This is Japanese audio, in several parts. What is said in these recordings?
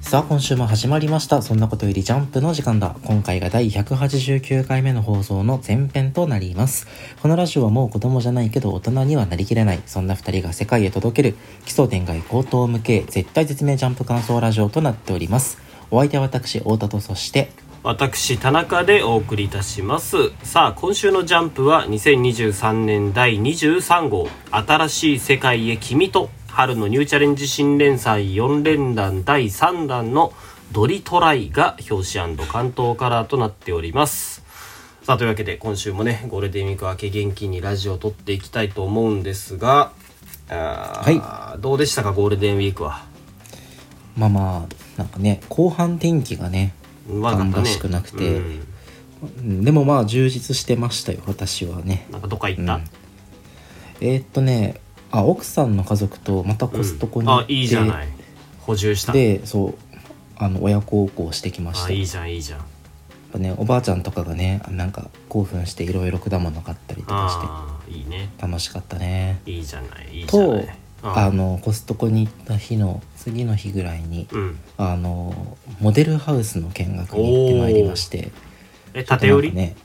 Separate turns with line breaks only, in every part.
さあ、今週も始まりました。そんなことよりジャンプの時間だ。今回が第189回目の放送の前編となります。このラジオはもう子供じゃないけど大人にはなりきれない。そんな二人が世界へ届ける基礎点外高等向け絶対絶命ジャンプ感想ラジオとなっております。お相手は私、太田とそして、
私田中でお送りいたしますさあ今週の「ジャンプ」は2023年第23号「新しい世界へ君と」春のニューチャレンジ新連載4連弾第3弾の「ドリトライ」が表紙関東カラーとなっておりますさあというわけで今週もねゴールデンウィーク明け元気にラジオを撮っていきたいと思うんですが
はい
どうでしたかゴールデンウィークは
まあまあなんかね後半天気がね
まかったね、
しくなくて、うん、でもまあ充実してましたよ私はね
なんかどっか行った、うん、
えー、っとねあ奥さんの家族とまたコストコに行って、うん、あ
いいじゃない補充した
でそうあの親孝行してきました
いいじゃんいいじゃん
ね、おばあちゃんとかがねなんか興奮していろいろ果物買ったりとか
していい、ね、
楽しかったね
いいじゃないいい
じゃないあのコストコに行った日の次の日ぐらいに、
うん、
あのモデルハウスの見学に行ってまいりまして
え縦売り、
ね、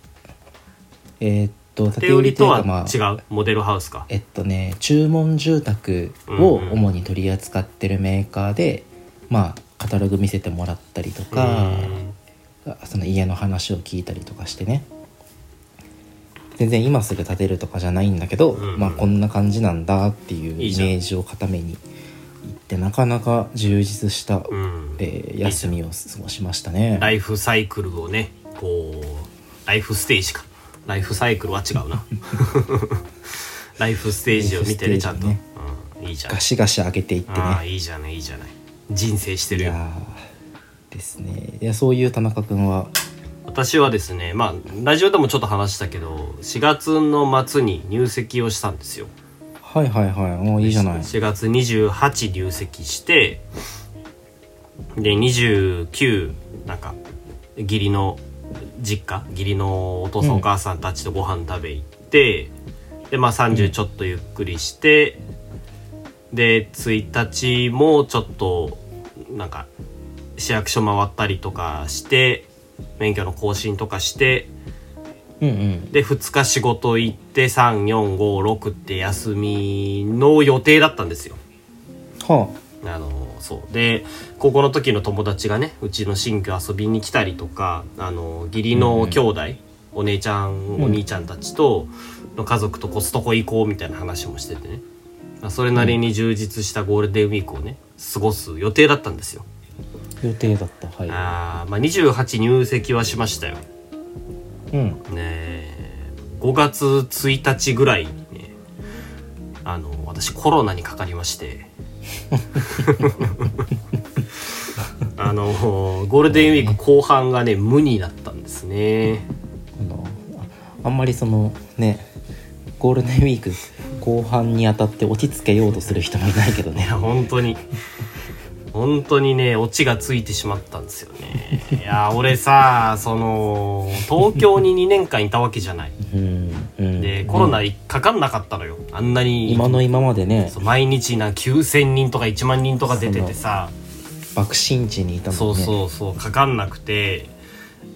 えー、っと
縦売りとは、まあ、違うモデルハウスか
えっとね注文住宅を主に取り扱ってるメーカーで、うんうん、まあカタログ見せてもらったりとか、その家の話を聞いたりとかしてね全然今すぐ建てるとかじゃないんだけど、うんうん、まあこんな感じなんだっていうイメージを固めにいってなかなか充実した、
うん、
えー、休みを過ごしましたね
ライフサイクルをねこうライフステージかライフサイクルは違 うなライフステージを見てねちゃんと、ね
うん、いいじゃんガシガシ上げていってね
いいじゃないいいじゃない人生してるよ
ですねいやそういう田中君は
私はですねまあラジオでもちょっと話したけど4月の末に入籍をしたんですよ
はいはいはいもういいじゃない
4月28入籍してで29なんか義理の実家義理のお父さんお母さんたちとご飯食べ行って、うん、でまあ30ちょっとゆっくりして、うん、で1日もちょっとなんか市役所回ったりとかして免許の更新とかして、
うんうん、
で2日仕事行って3456って休みの予定だったんですよ。
は
あ、あのそうで高校の時の友達がねうちの新居遊びに来たりとかあの義理の兄弟、うんうん、お姉ちゃんお兄ちゃんたちとの家族とコストコ行こうみたいな話もしててね、まあ、それなりに充実したゴールデンウィークをね過ごす予定だったんですよ。
予定だったはい
あ、まあ、28入籍はしましたよ
うん
ね5月1日ぐらいにねあの私コロナにかかりまして あのゴールデンウィーク後半がね無になったんですね
あのあんまりそのねゴールデンウィーク後半にあたって落ち着けようとする人もいないけど ね
本当に本当にねオチがついてしまったんですよねいや俺さその東京に2年間いたわけじゃない
うんうん、
でコロナかかんなかったのよあんなに
今の今までね
毎日な9,000人とか1万人とか出ててさ
爆心地にいたも
んねそうそうそうかかんなくて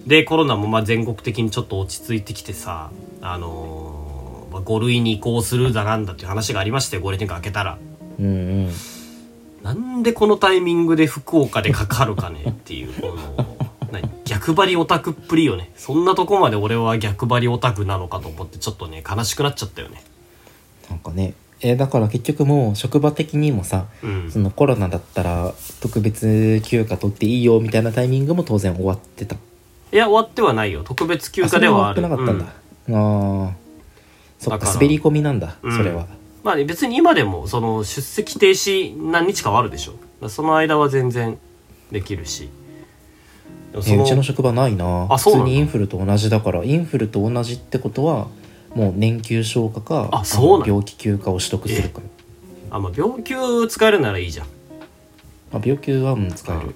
でコロナもまあ全国的にちょっと落ち着いてきてさあのー、5類に移行するだなんだっていう話がありましてゴールデンウィーク明けたら。
うんうん
なんでこのタイミングで福岡でかかるかねっ ていう、この、何逆張りオタクっぷりよね。そんなとこまで俺は逆張りオタクなのかと思って、ちょっとね、悲しくなっちゃったよね。
なんかね、えー、だから結局もう職場的にもさ、
うん、
そのコロナだったら特別休暇取っていいよみたいなタイミングも当然終わってた。
いや、終わってはないよ。特別休暇ではある。
あそれなかったんだ。うん、あそっか、滑り込みなんだ、うん、それは。
まあ、ね、別に今でもその出席停止何日かはあるでしょその間は全然できるし
うちの職場ないな
あそう
普通にインフルと同じだからインフルと同じってことはもう年休消化か
あそう
病気休暇を取得するか
あまあ病休使えるならいいじゃん、
まあ、病休はうん使える、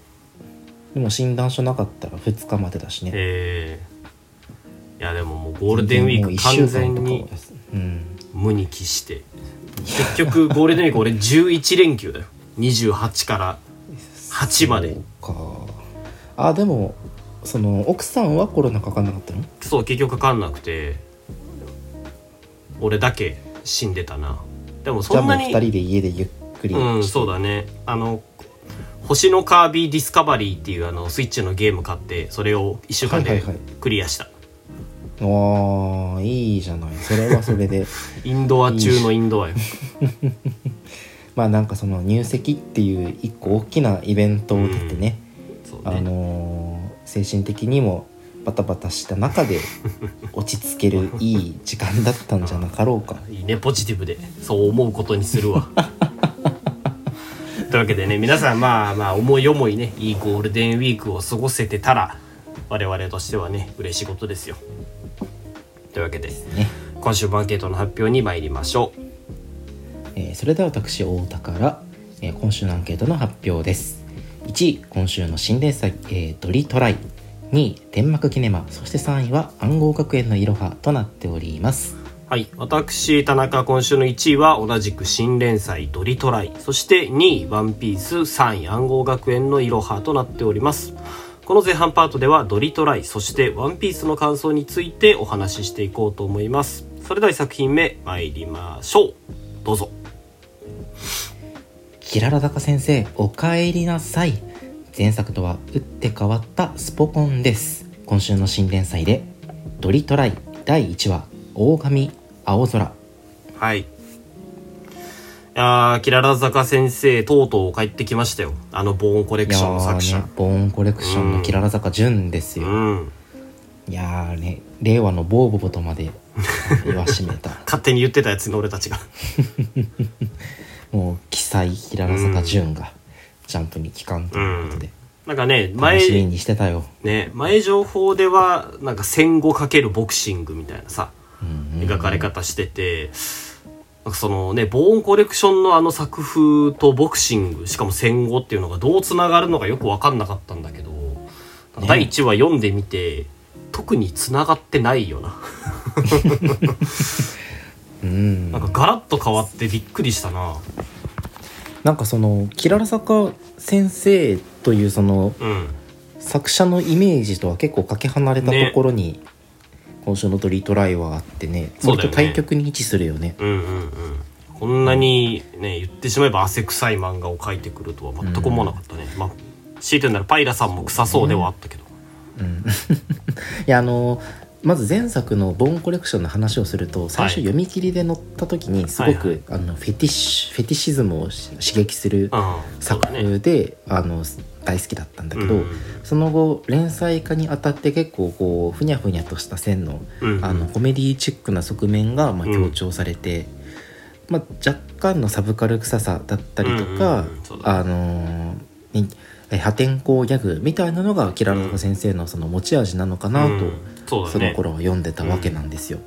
でも診断書なかったら2日までだしね
ええー、いやでももうゴールデンウィーク完全に
うん
無に帰して結局ゴールデンウィーク俺11連休だよ28から8まで
そうかあでもその奥さんはコロナかかんなかったの
そう結局かかんなくて俺だけ死んでたなでも
じゃ
そ
あ
ん
もう
な
2
に
人で家でゆっくり
うん
して
そうだねあの星のカービィディスカバリーっていうあのスイッチのゲーム買ってそれを1週間
はい
で
はいはい
クリアした、
ああいいじゃないそれはそれ で
インドア中のインドアよ
まあなんかその入籍っていう一個大きなイベントを経てね、
そう
あ
ね
のー精神的にもバタバタした中で落ち着けるいい時間だったんじゃなかろうか
いいねポジティブでそう思うことにす るわというわけでね皆さんまあまあ思い思いねいいゴールデンウィークを過ごせてたら我々としてはね嬉しいことですよというわけで
ね、
今週もアンケートの発表に参りましょう
えーそれでは私太田から、えー今週のアンケートの発表です1位今週の新連載、えードリトライ」2位天幕キネマそして3位は暗号学園のいろはとなっております
はい私田中今週の1位は同じく新連載「ドリトライ」そして2位「ワンピース3位「暗号学園のいろは」となっておりますこの前半パートでは「ドリトライ」そして「ワンピースの感想についてお話ししていこうと思いますそれでは作品目参りましょうどうぞ
キララ高先生おかえりなさい前作とは打って変わったスポコンです今週の新連載で「ドリトライ」第1話「大神青空
はいあーキララ坂先生とうとう帰ってきましたよあのボーンコ」レ
い
クションの作
ー
者、
ねボーンコレクションのキララ坂淳です
う
よ、
ん
いやーね令和のボーボボとま で言わしめた
勝手に言ってたやつの俺たちが
もう奇才キララ坂淳がジャンプに帰還ということで、
なんかね
楽し
前
みにしてたよ、
ね、前情報ではなんか戦後かけるボクシングみたいなさ
うんうん
描かれ方してて、なんかそのねボーンコレクションのあの作風とボクシングしかも戦後っていうのがどうつながるのかよく分かんなかったんだけど、第1話読んでみて特につながってないよな
うん
なんかガラッと変わってびっくりしたな
なんかそのキララ坂先生というその
うん
作者のイメージとは結構かけ離れたところに、今週の「ドリトライ」はあってね
そう
割
だよ
と
ね
対局に位置するよね
うんうんうんこんなにね言ってしまえば汗臭い漫画を描いてくるとは全く思わなかったね、まあ強いて言うならパイラさんも臭そうではあったけど、
いやあのまず前作の「ボーンコレクション」の話をすると最初
はい
読み切りで載った時にすごく、
はい
あのフェティッシュフェティシズムをし刺激する
うんそう
作
だね
風で、あの大好きだったんだけど、
うん
その後連載化にあたって結構こうふにゃふにゃとした線の
うんうん
あのコメディチックな側面がまあ
うん
強調されて、まあ、若干のサブカル臭さだったりとか、
うんうんうんそうだね
あのーにえ破天荒ギャグみたいなのがキララ坂先生のその持ち味なのかなと、
そうだ
その
ね
頃は読んでたわけなんですよ。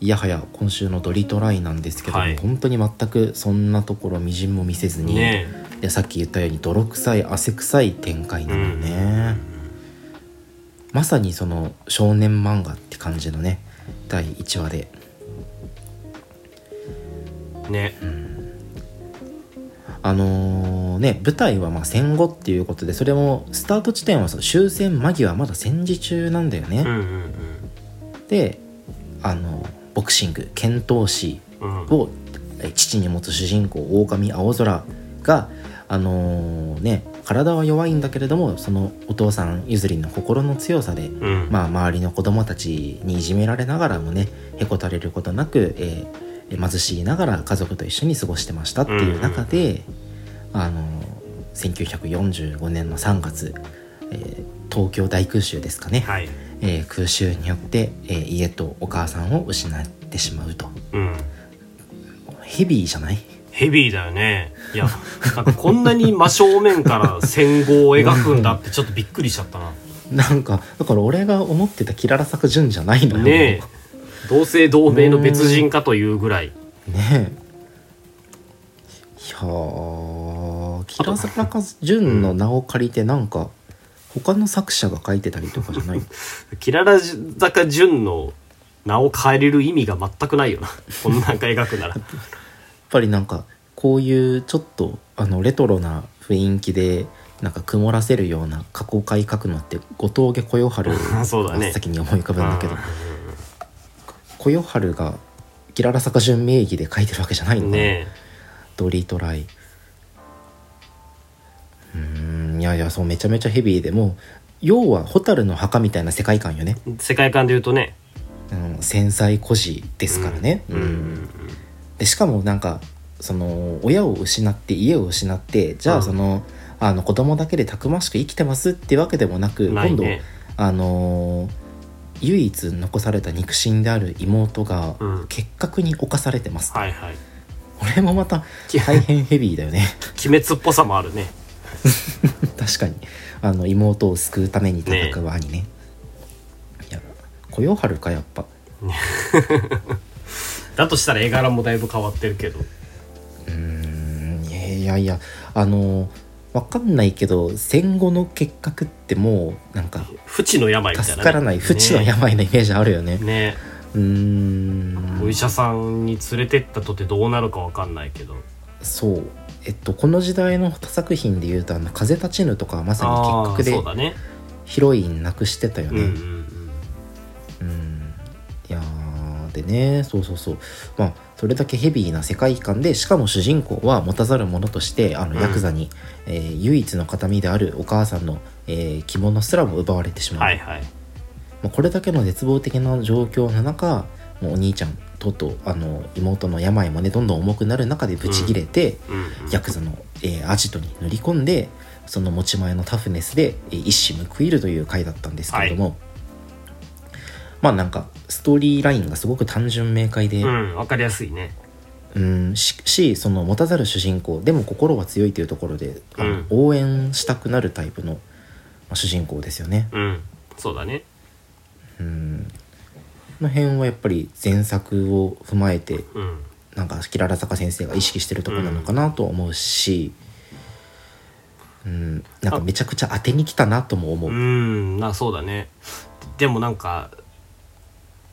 いやはや今週の「ドリトライ」なんですけども、
はい
本当に全くそんなところみじんも見せずに、
ね
いやさっき言ったように泥臭い汗臭い展開なのよね、まさにその少年漫画って感じのね第1話で
ね
あのーね舞台はまあ戦後っていうことでそれもスタート地点はその終戦間際まだ戦時中なんだよ
うん
ね、
うん
であのボクシング剣闘士
うんうん
をえ父に持つ主人公狼青空があのーね体は弱いんだけれどもそのお父さん譲りの心の強さで
うん
まあ、周りの子供たちにいじめられながらもねへこたれることなく、えー貧しいながら家族と一緒に過ごしてましたっていう中で、あの1945年の3月、えー東京大空襲ですかね、
はい
えー空襲によって、えー家とお母さんを失ってしまうと
うん
ヘビーじゃない
ヘビーだよねいやなんかこんなに真正面から戦後を描くんだってちょっとびっくりしちゃったな
なんかだから俺が思ってたキララ作順じゃないのよ
ねえ同姓同名の別人かというぐらい
ねえいやーキラサカ淳の名を借りてなんか他の作者が書いてたりとかじ ゃない
キララ坂淳の名を変えれる意味が全 くないよなこんなんか描くなら
やっぱりなんかこういうちょっとあのレトロな雰囲気でなんか曇らせるような過去回書くのって後藤家小夜 春
そうだね
が先に思い浮かぶんだけど、
うん
小夜春がキララ坂順名義で書いてるわけじゃないのかな
ね
ドリートライうーんいやいやそうめちゃめちゃヘビーでもう要は蛍の墓みたいな世界観よね、
え世界観で言うとね
うん、繊細孤児ですからね、
うんうん
でしかもなんかその親を失って家を失ってじゃ
う
あ
ん
その,、あの子供だけでたくましく生きてますってわけでもなく
うんない
今度
ね
あのー唯一残された肉親である妹が
うん
結核に侵されてます、
はいはい
これもまた
き
大変ヘビーだよね
鬼滅っぽさもあるね
確かにあの妹を救うために戦う兄ねいや小夜春かやっぱ
だとしたら絵柄もだいぶ変わってるけど
うーんいやいやいやあのわかんないけど戦後の結核ってもうなんか
不治の病みたいなね、
助からない不治の病のイメージあるよね
ねね
うーん
お医者さんに連れてったとてどうなるかわかんないけど
そうえっとこの時代の他作品でいうと「あの風立ちぬ」とかはまさに
ああー
結
そう
核で
だね
ヒロインなくしてたよ
うんうんう
ね
ん
うんいやーでねそうそうそうまあそれだけヘビーな世界観でしかも主人公は持たざる者としてあの
うん
ヤクザに、えー唯一の形見であるお母さんの、えー着物すらも奪われてしまう、
はいはい
まあ、これだけの絶望的な状況の中もうお兄ちゃんとうとうあの妹の病もねどんどん重くなる中でブチギレて、
うんうん
ヤクザの、えーアジトに乗り込んでその持ち前のタフネスで、えー一矢報いるという回だったんですけれども、まあなんかストーリーラインがすごく単純明快で、
うんわかりやすいね
うんししその持たざる主人公でも心は強いというところで、あの
うん
応援したくなるタイプの、まあ主人公ですよね。
うんそうだね
うんこの辺はやっぱり前作を踏まえて
うん
なんかキララ坂先生が意識してるところなのかなとは思うし、うんなんかめちゃくちゃ当てに来たなとも思
う
う、
んなそうだねでもなんか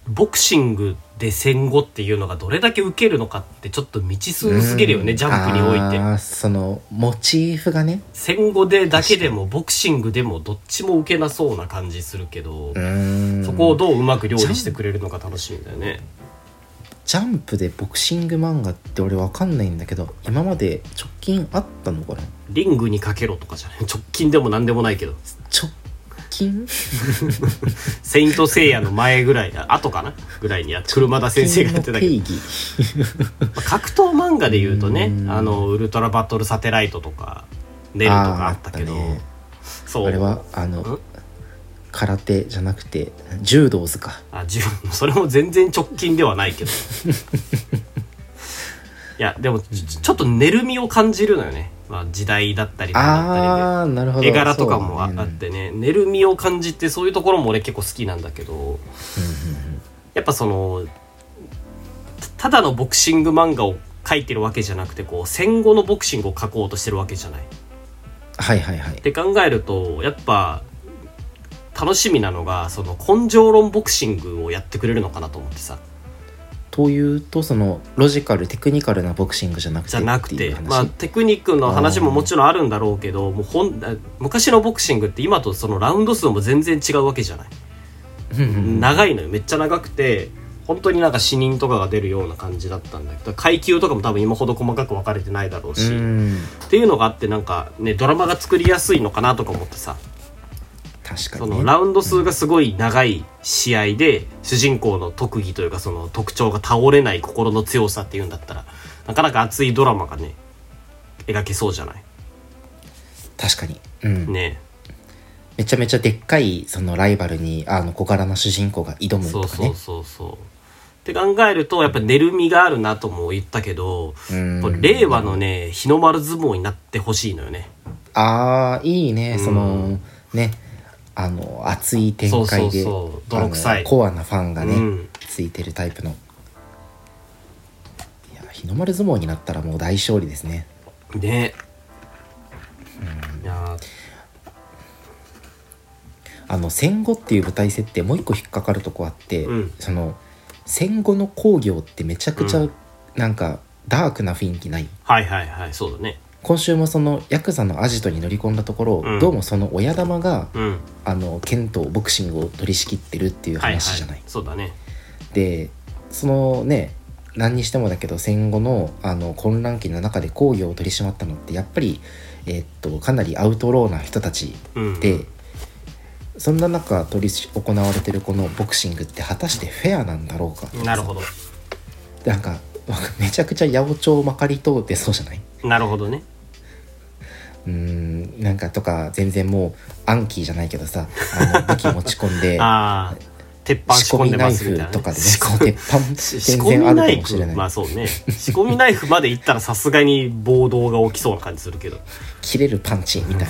ボクシングで戦後っていうのがどれだけ受けるのかってちょっと未知数すぎるよね、
うん
ジャンプにおいて
あーそのモチーフがね
戦後でだけでもボクシングでもどっちも受けなそうな感じするけど、
うん
そこをどううまく料理してくれるのか楽しみだよね
ジャンプでボクシング漫画って俺わかんないんだけど今まで直近あったのかな
リングにかけろとかじゃない直近でも何でもないけど
直近
「セイント・セイヤ」の前ぐらいあ後かなぐらいにやって車田先生がやってたけど
直近の定義
まあ格闘漫画で言うとね
う
「
ん
あのウルトラバトルサテライト」とか「ネル」とかあったけど
あーあったね
そう
あれはあ
ん
の空手じゃなくて柔道図か
あ自分それも全然直近ではな いけどいやでもちょちょっとねるみを感じるのよね、まあ、時代だったりなんだっ
ああーなるほ
た
ど
りで絵柄とかもあ
そう
あ
だ
っ
ね
てねねるみを感じてそういうところも俺結構好きなんだけどやっぱそのたただのボクシング漫画を描いてるわけじゃなくてこう戦後のボクシングを描こうとしてるわけじゃない。
はいはいはい
って考えるとやっぱ楽しみなのがその根性論ボクシングをやってくれるのかなと思ってさ
というとそのロジカルテクニカルなボクシングじゃなくて
じゃなく
ってい
て
う話
まあ、テクニックの話ももちろんあるんだろうけどもうほんあ昔のボクシングって今とそのラウンド数も全然違うわけじゃない
うんうん
長いのよめっちゃ長くて本当になんか死人とかが出るような感じだったんだけど階級とかも多分今ほど細かく分かれてないだろうし、
う
っ
ん
ていうのがあってなんかねドラマが作りやすいのかなとか思ってさ
確か
そ
に、ね、
のラウンド数がすごい長い試合で主人公の特技というかその特徴が倒れない心の強さっていうんだったらなかなか熱いドラマがね描けそうじゃない
確かに、うん
ね
めちゃめちゃでっかいそのライバルにあの小柄な主人公が挑むと
そう
か
そ
ね
うそうそうって考えるとやっぱ寝るみがあるなとも言ったけど
うん
やっぱ令和のね日の丸相撲になってほしいのよね
ああいいね
うん
そのねあの熱い展開で
そうそうそう泥臭い
あのコアなファンがね、
うん
ついてるタイプのいや日の丸相撲になったらもう大勝利ですね
ねいや
あの戦後っていう舞台設定もう一個引っかかるとこあって、
うん
その戦後の工業ってめちゃくち
う
ゃ
ん
なんかダークな雰囲気ない、
はいはいはいそうだね
今週もそのヤクザのアジトに乗り込んだところ、
うん
どうもその親玉が
うん
あの剣とボクシングを取り仕切ってるっていう
はいはい
話じゃない。
そうだね
でそのね何にしてもだけど戦後のあの混乱期の中で工業を取り締まったのってやっぱり、えっとかなりアウトローな人たち
うん
で、そんな中取りし行われてるこのボクシングって果たしてフェアなんだろうか
なるほど
でなんかめちゃくちゃ八百長まかり通ってそうじゃない
なるほどね
うーんなんかとか全然もうアンキーじゃないけどさあの武器持ち込んで
ああ鉄板
仕
仕込
込
ん
み
で
ナ
ま
イ
すみたいな、
フとかでね
仕
そう
込み
鉄板
仕
全
込み
然あ
ナ
るか
イ
もしれ
フ
ない、
まあそうね仕込みナイフまで行ったらさすがに暴動が起きそうな感じするけど
切れるパンチみたいな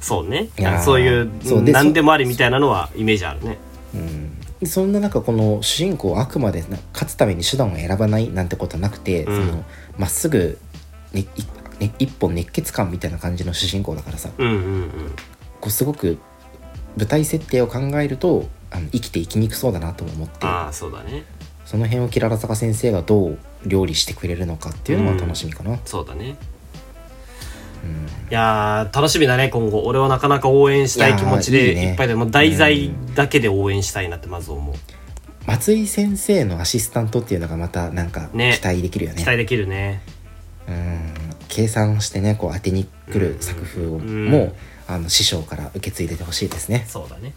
そうね
いやー
そういう
そうで
何でもありみたいなのはイメージあるね
うん、そんな中この主人公はあくまでな勝つために手段を選ばないなんてことはなくて、
うん
そのまっすぐ、ねいね一本熱血感みたいな感じの主人公だからさ
うんうん
こうすごく舞台設定を考えるとあの生きていきにくそうだなとも思っ
うん
て
ああそうだね
その辺をキララ坂先生がどう料理してくれるのかっていうのは楽しみかな、うん
そうだねいやー楽しみだね今後俺はなかなか応援したい気持ち
いやー
で
いいね
いっぱいでもう題材だけで応援したいなってまず思う
松井先生のアシスタントっていうのがまたなんか期
ね
待できるよね
期待できるね
うん計算してねこう当てにくる作風を
ん
もうあの師匠から受け継いでてほしいですね
そうだね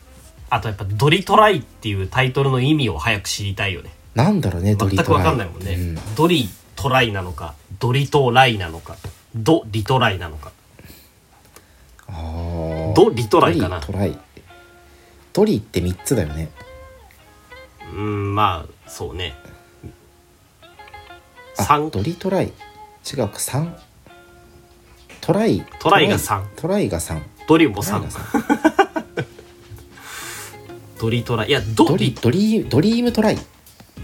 あとやっぱ「ドリトライ」っていうタイトルの意味を早く知りたいよね
なんだろうねド
全
リ
く
トラ
分
イ
かんないもんね、
うん
ドリトライなのかドリトライなのかドリトライなのか
あー
ドリトライかな
ドリトライドリって3つだよね
うーんまあそうね
あ
3
ドリトライ違うか3トライ
トライが三
トライが3
ドリも
トライが
3
3
ドリトライいやド
ドリ
リ
ドリドリームトライ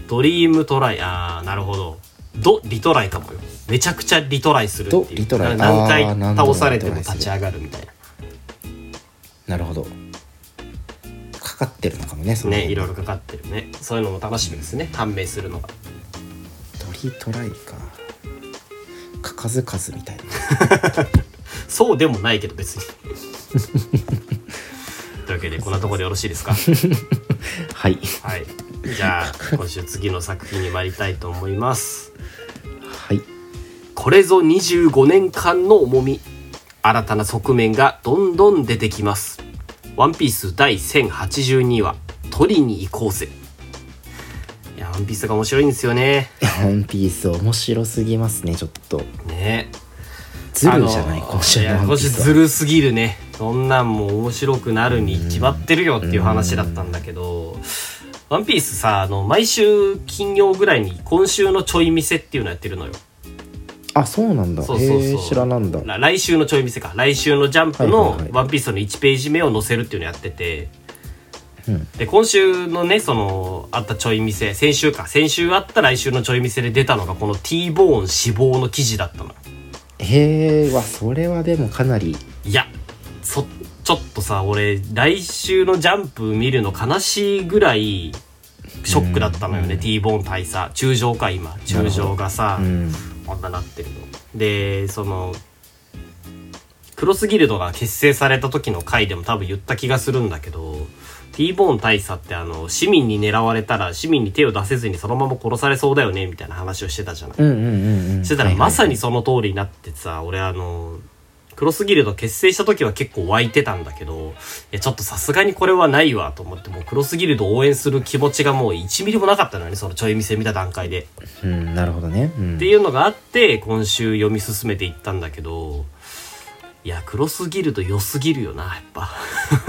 ドリームトライあーなるほどドリトライかもよめちゃくちゃリトライするっていう
ドリトライ
な何回
あー何度も
倒されても
リトライ
立
する
ち上がるみたい
なるほどかかってるのかもねそ
な
の
ねいろいろかかってるねそういうのも楽しみですね判明するのが
ドリトライかかかずかずみたいな
そうでもないけ ど別にというわけでこんなところでよろしいですか
はい
はいじゃあ今週次の作品に参りたいと思います
はい
これぞ25年間の重み新たな側面がどんどん出てきますワンピース第1082話取りに行こうぜいやワンピースが面白いんですよね
ワンピース面白すぎますねちょっと
ね
ズルじゃない
あの
今週
いや
のワンピー
今週
ス
ず
は
るすぎるねそんなんもう面白くなるに決まってるよっていう話だったんだけど「ワンピースさあの毎週金曜ぐらいに今週のちょい見せっていうのやってるのよ
あそうなんだ
そうそうそう
へえ知らなんだ
ら来週のちょい見せか来週の「ジャンプ」
はい
の
はいはい
「ワンピースの1ページ目を載せるっていうのやってて
うん
で今週のねそのあったちょい見せ先週か先週あった来週のちょい見せで出たのがこの T ボーン死亡の記事だったの
へえわそれはでもかなり
いやそちょっとさ俺来週の「ジャンプ」見るの悲しいぐらいショックだったのよね、T ボーン大佐中将か今中将がさ、
うん
こんななってるの。でそのクロスギルドが結成された時の回でも多分言った気がするんだけど T ボーン大佐ってあの市民に狙われたら市民に手を出せずにそのまま殺されそうだよねみたいな話をしてたじゃない。
うんうんうんうん
して
は
たら
いはい
まさにその通りになってさ俺あのクロスギルド結成した時は結構湧いてたんだけどいやちょっとさすがにこれはないわと思ってもうクロスギルド応援する気持ちがもう1ミリもなかったのよねそのちょい見せ見た段階で。
うんなるほどねうん
っていうのがあって今週読み進めていったんだけどいやクロスギルド良すぎるよなやっぱ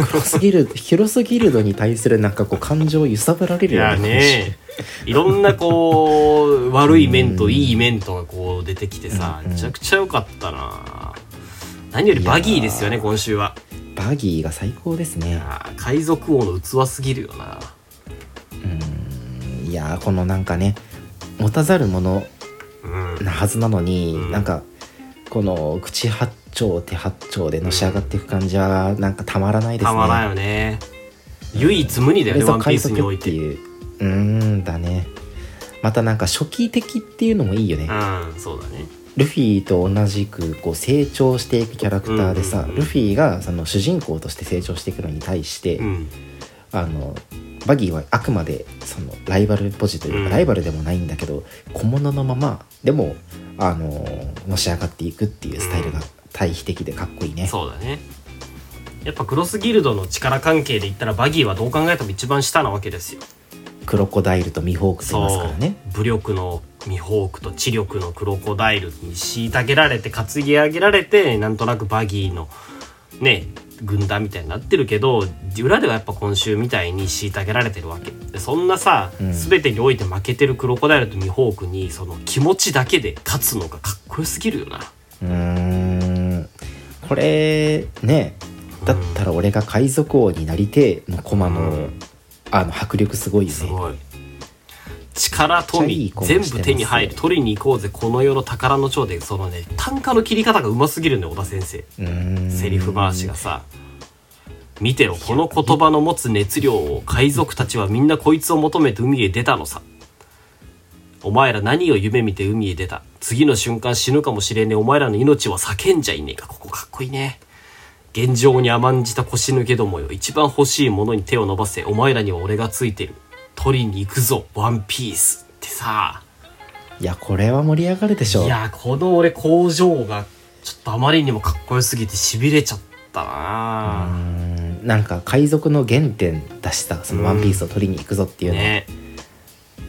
広すぎる広すぎるのに対するなんかこう感情を揺さぶられ
い
るよ
やねいろんなこ う悪い面といい面とがこう出てきてさ
うん
めちゃくちゃ良かったな何よりバギーですよね
いやー
今週は
バギーが最高ですね
あー海賊王の器すぎるよな
いやーこのなんかね持たざるもの
うん
なはずなのに、
うん
なんかこの口八丁手八丁でのし上がっていく感じはなんかたまらないですね。
たまらんよね唯一無二だ
これ
よね
ぞ
ワンピー
海
スにお
賊
い
って
て
いううーんだねまたなんか初期的っていうのもいいよね
うんそうだね
ルフィと同じくこう成長していくキャラクターでさ、
うんうんうん
ルフィがその主人公として成長していくのに対して、
うん
あのバギーはあくまでそのライバルポジというか、
うん
ライバルでもないんだけど小物のままでもあののし上がっていくっていうスタイルが対比的でかっこいいね。
そうだねやっぱクロスギルドの力関係で言ったらバギーはどう考えても一番下なわけですよ
クロコダイルとミホークといますからね。
武力のミホークと知力のクロコダイルに虐げられて担ぎ上げられてなんとなくバギーのね軍団みたいになってるけど裏ではやっぱ今週みたいに虐げられてるわけでそんなさ、
うん
全てにおいて負けてるクロコダイルとミホークにその気持ちだけで勝つのがかっこよすぎるよな
うーんこれねだったら俺が海賊王になりてえのコマの,、
うん
あの迫力すごいよ
す
ね。
ごい
めっちゃい
力富
いコマして
全
ます
部手に入る取りに行こうぜこの世の宝の蝶でそのね単価の切り方がうますぎるんだよ小田先生
うーん
セリフ回しがさ見てろこの言葉の持つ熱量を海賊たちはみんなこいつを求めて海へ出たのさお前ら何を夢見て海へ出た次の瞬間死ぬかもしれねえお前らの命は叫んじゃいねえかここかっこいいね現状に甘んじた腰抜けどもよ一番欲しいものに手を伸ばせお前らには俺がついてる取りに行くぞワンピースってさ
いやこれは盛り上がるでしょ
いやこの俺工場がちょっとあまりにもかっこよすぎてしびれちゃったな
うーんなんか海賊の原点だしさその「ワンピースを取りに行くぞっていうの、
ね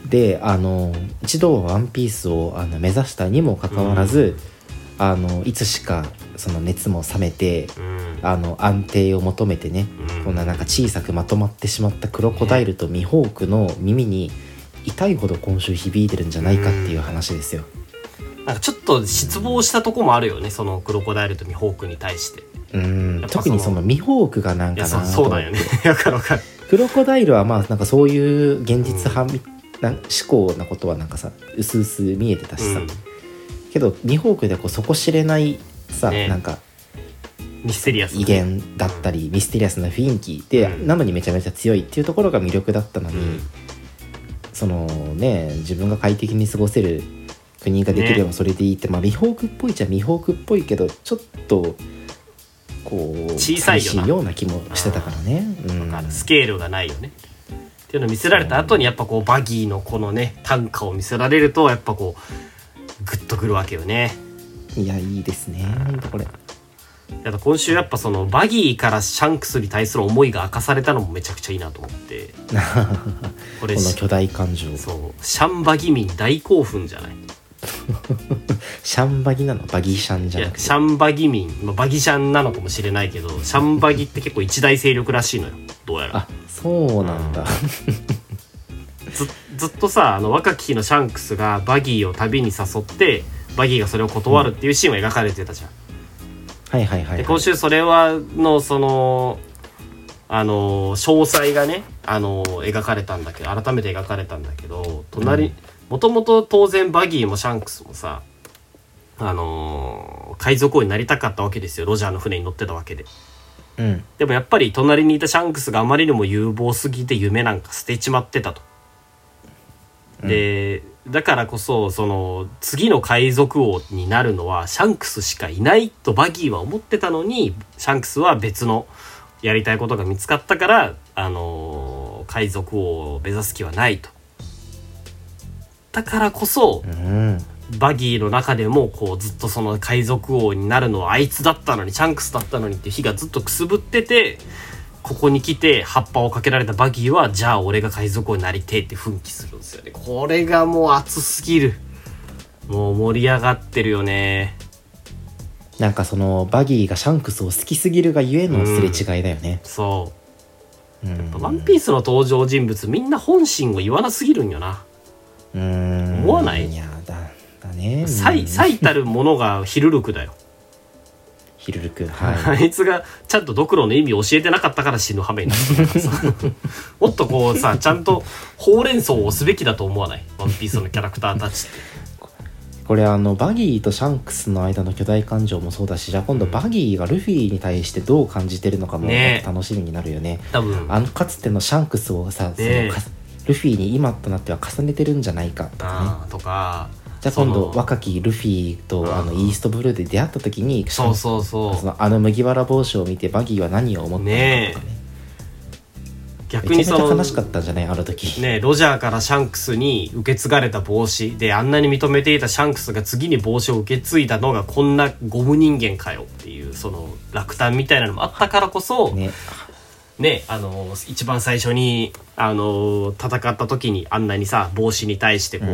であの一度は「ワンピースをあの目指したにもかかわらず、あのいつしかその熱も冷めて
うん
あの安定を求めてね、
うん
こんななんか小さくまとまってしまったクロコダイルとミホークの耳に痛いほど今週響いてるんじゃないかっていう話ですよ。
なんかちょっと失望したとこもあるよねそのクロコダイルとミホークに対して
うん
やっぱ
特にそ
そ
のミホークがなん
い
か
や
な
そ
と
そうなんよね わかるわかる
クロコダイルはまあなんかそういう現実派み、な思考なことはなんかさうすうす見えてたしさ、
うん
けどミホークでこう底知れないさ、
ね
なんか
ミステリアスな
威厳だったりミステリアスな雰囲気で、
うん
なのにめちゃめちゃ強いっていうところが魅力だったの
う
に、
ん
そのね自分が快適に過ごせる国ができればそれでいいって、まあミホークっぽいじゃミホークっぽいけどちょっとこう
小さいよな
寂しいような気もしてたからね。うん
なんかスケールがないよねっていうのを見せられた後にやっぱこうバギーのこのね短歌を見せられるとやっぱこうグッとくるわけよね
いやいいですねほんとこれ。
だから今週やっぱそのバギーからシャンクスに対する思いが明かされたのもめちゃくちゃいいなと 思ってこれ
この巨大感情
そうシャンバギミン大興奮じゃない
シャンバギなのバギーシャンじ
い
ゃな
や
くて
シャンバギ民、まあ、バギシャンなのかもしれないけどシャンバギって結構一大勢力らし いのよどうやら
あそうなんだ、
ずずっとさあの若き日のシャンクスがバギーを旅に誘ってバギーがそれを断るっていうシーンは描かれてたじゃん、
はいはいはい、
で今週それはのそのあの詳細がねあの描かれたんだけど改めて描かれたんだけど
う
隣
ん
もともと当然バギーもシャンクスもさあの海賊王になりたかったわけですよロジャーの船に乗ってたわけで。
うん
でもやっぱり隣にいたシャンクスがあまりにも有望すぎて夢なんか捨てちまってたと。で、だからこそ、その、次の海賊王になるのはシャンクスしかいないとバギーは思ってたのに、シャンクスは別のやりたいことが見つかったから、あのー海賊王を目指す気はないと。だからこそ
う、ん
バギーの中でもこうずっとその海賊王になるのはあいつだったのにチャンクスだったのにっていう火がずっとくすぶっててここに来て葉っぱをかけられたバギーはじゃあ俺が海賊王になりてえって奮起するんですよねこれがもう熱すぎるもう盛り上がってるよね
なんかそのバギーがシャンクスを好きすぎるがゆえのすれ違いだよね、
そ
うん
う「ワンピースの登場人物みんな本心を言わなすぎるんよな
うん
思わない
いやだだね
最
イ
最たるものがヒルルクだよ
ヒルル クは
あいつがちゃんとドクロの意味を教えてなかったから死ぬ羽目になったさもっとこうさちゃんとほうれん草をすべきだと思わないワンピースのキャラクターたちって
いこれあのバギーとシャンクスの間の巨大感情もそうだしじゃあ今度バギーがルフィに対してどう感じてるのかも
ね
楽しみになるよね
多分
あのかつてのシャンクスをさ、そ
ねえ
のかルフィに今となっては重ねてるんじゃないかとかね
あーとか
じゃあ今度
その
若きルフィ
うん
とあのイーストブルーで出会った時に
そうそうそ
そうのあの麦わら帽子を見てバギーは何を思ったのかとかね
ね逆
めち
に
ゃ
そ
めちゃ
の
悲しかったんじゃないあの時、
ねロジャーからシャンクスに受け継がれた帽子であんなに認めていたシャンクスが次に帽子を受け継いだのがこんなゴム人間かよっていうその落胆みたいなのもあったからこそ、
ね
ね、あの一番最初にあの戦った時にあんなにさ帽子に対してこ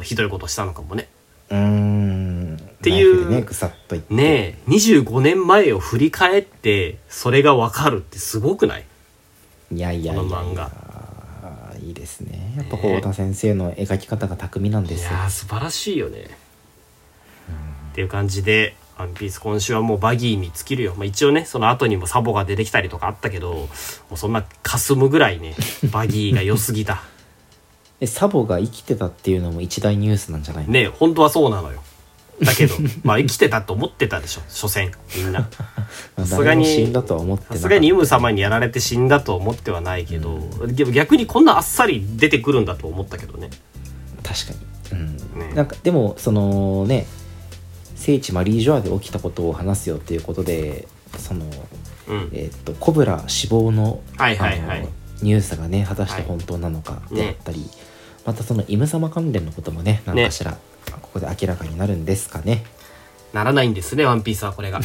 う、ひどいことしたのかもね。
うーんって
いう
ねぐさっといって
ねえ25年前を振り返ってそれが分かるってすごくない
いやいやいやい
こ
や
の漫画
いいですねやっぱこう太田先生の描き方が巧みなんで
い
すよ
やー素晴らしいよね。っていう感じで「ワンピース今週はもうバギーに尽きるよ、まあ、一応ねその後にもサボが出てきたりとかあったけどもうそんなかすむぐらい ねバギーが良すぎた
えサボが生きてたっていうのも一大ニュースなんじゃないの、
ねえ本当はそうなのよだけどまあ生きてたと思ってたでしょ所詮みんな
まあ
さすがに
誰も死んだとは思ってなかっ
さ
た
すがにユム様にやられて死んだとは思ってはないけど、でも逆にこんなあっさり出てくるんだと思ったけどね
確かに、うん
ね
なんかでもそのね聖地マリージョアで起きたことを話すよっていうことでその、
うん
えっとコブラ死亡の,、
はいはいはい
あのニュースがね果たして本当なのか
い
であったり、またそのイム様関連のこともね何かしら、ここで明らかになるんですかね
ならないんですねワンピースはこれが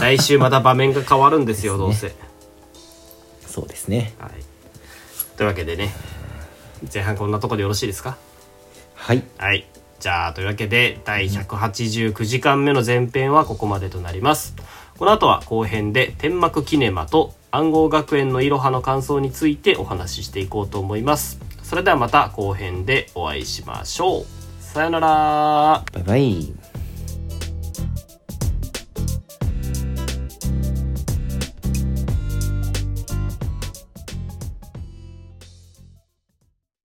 来週また場面が変わるんです よどうせ。
そうですね
はい、というわけでね前半こんなとこでよろしいですか
はい
はいじゃあというわけで第189時間目の前編はここまでとなりますこの後は後編で天幕キネマと暗号学園のいろはの感想についてお話ししていこうと思いますそれではまた後編でお会いしましょうさよなら
バイバイ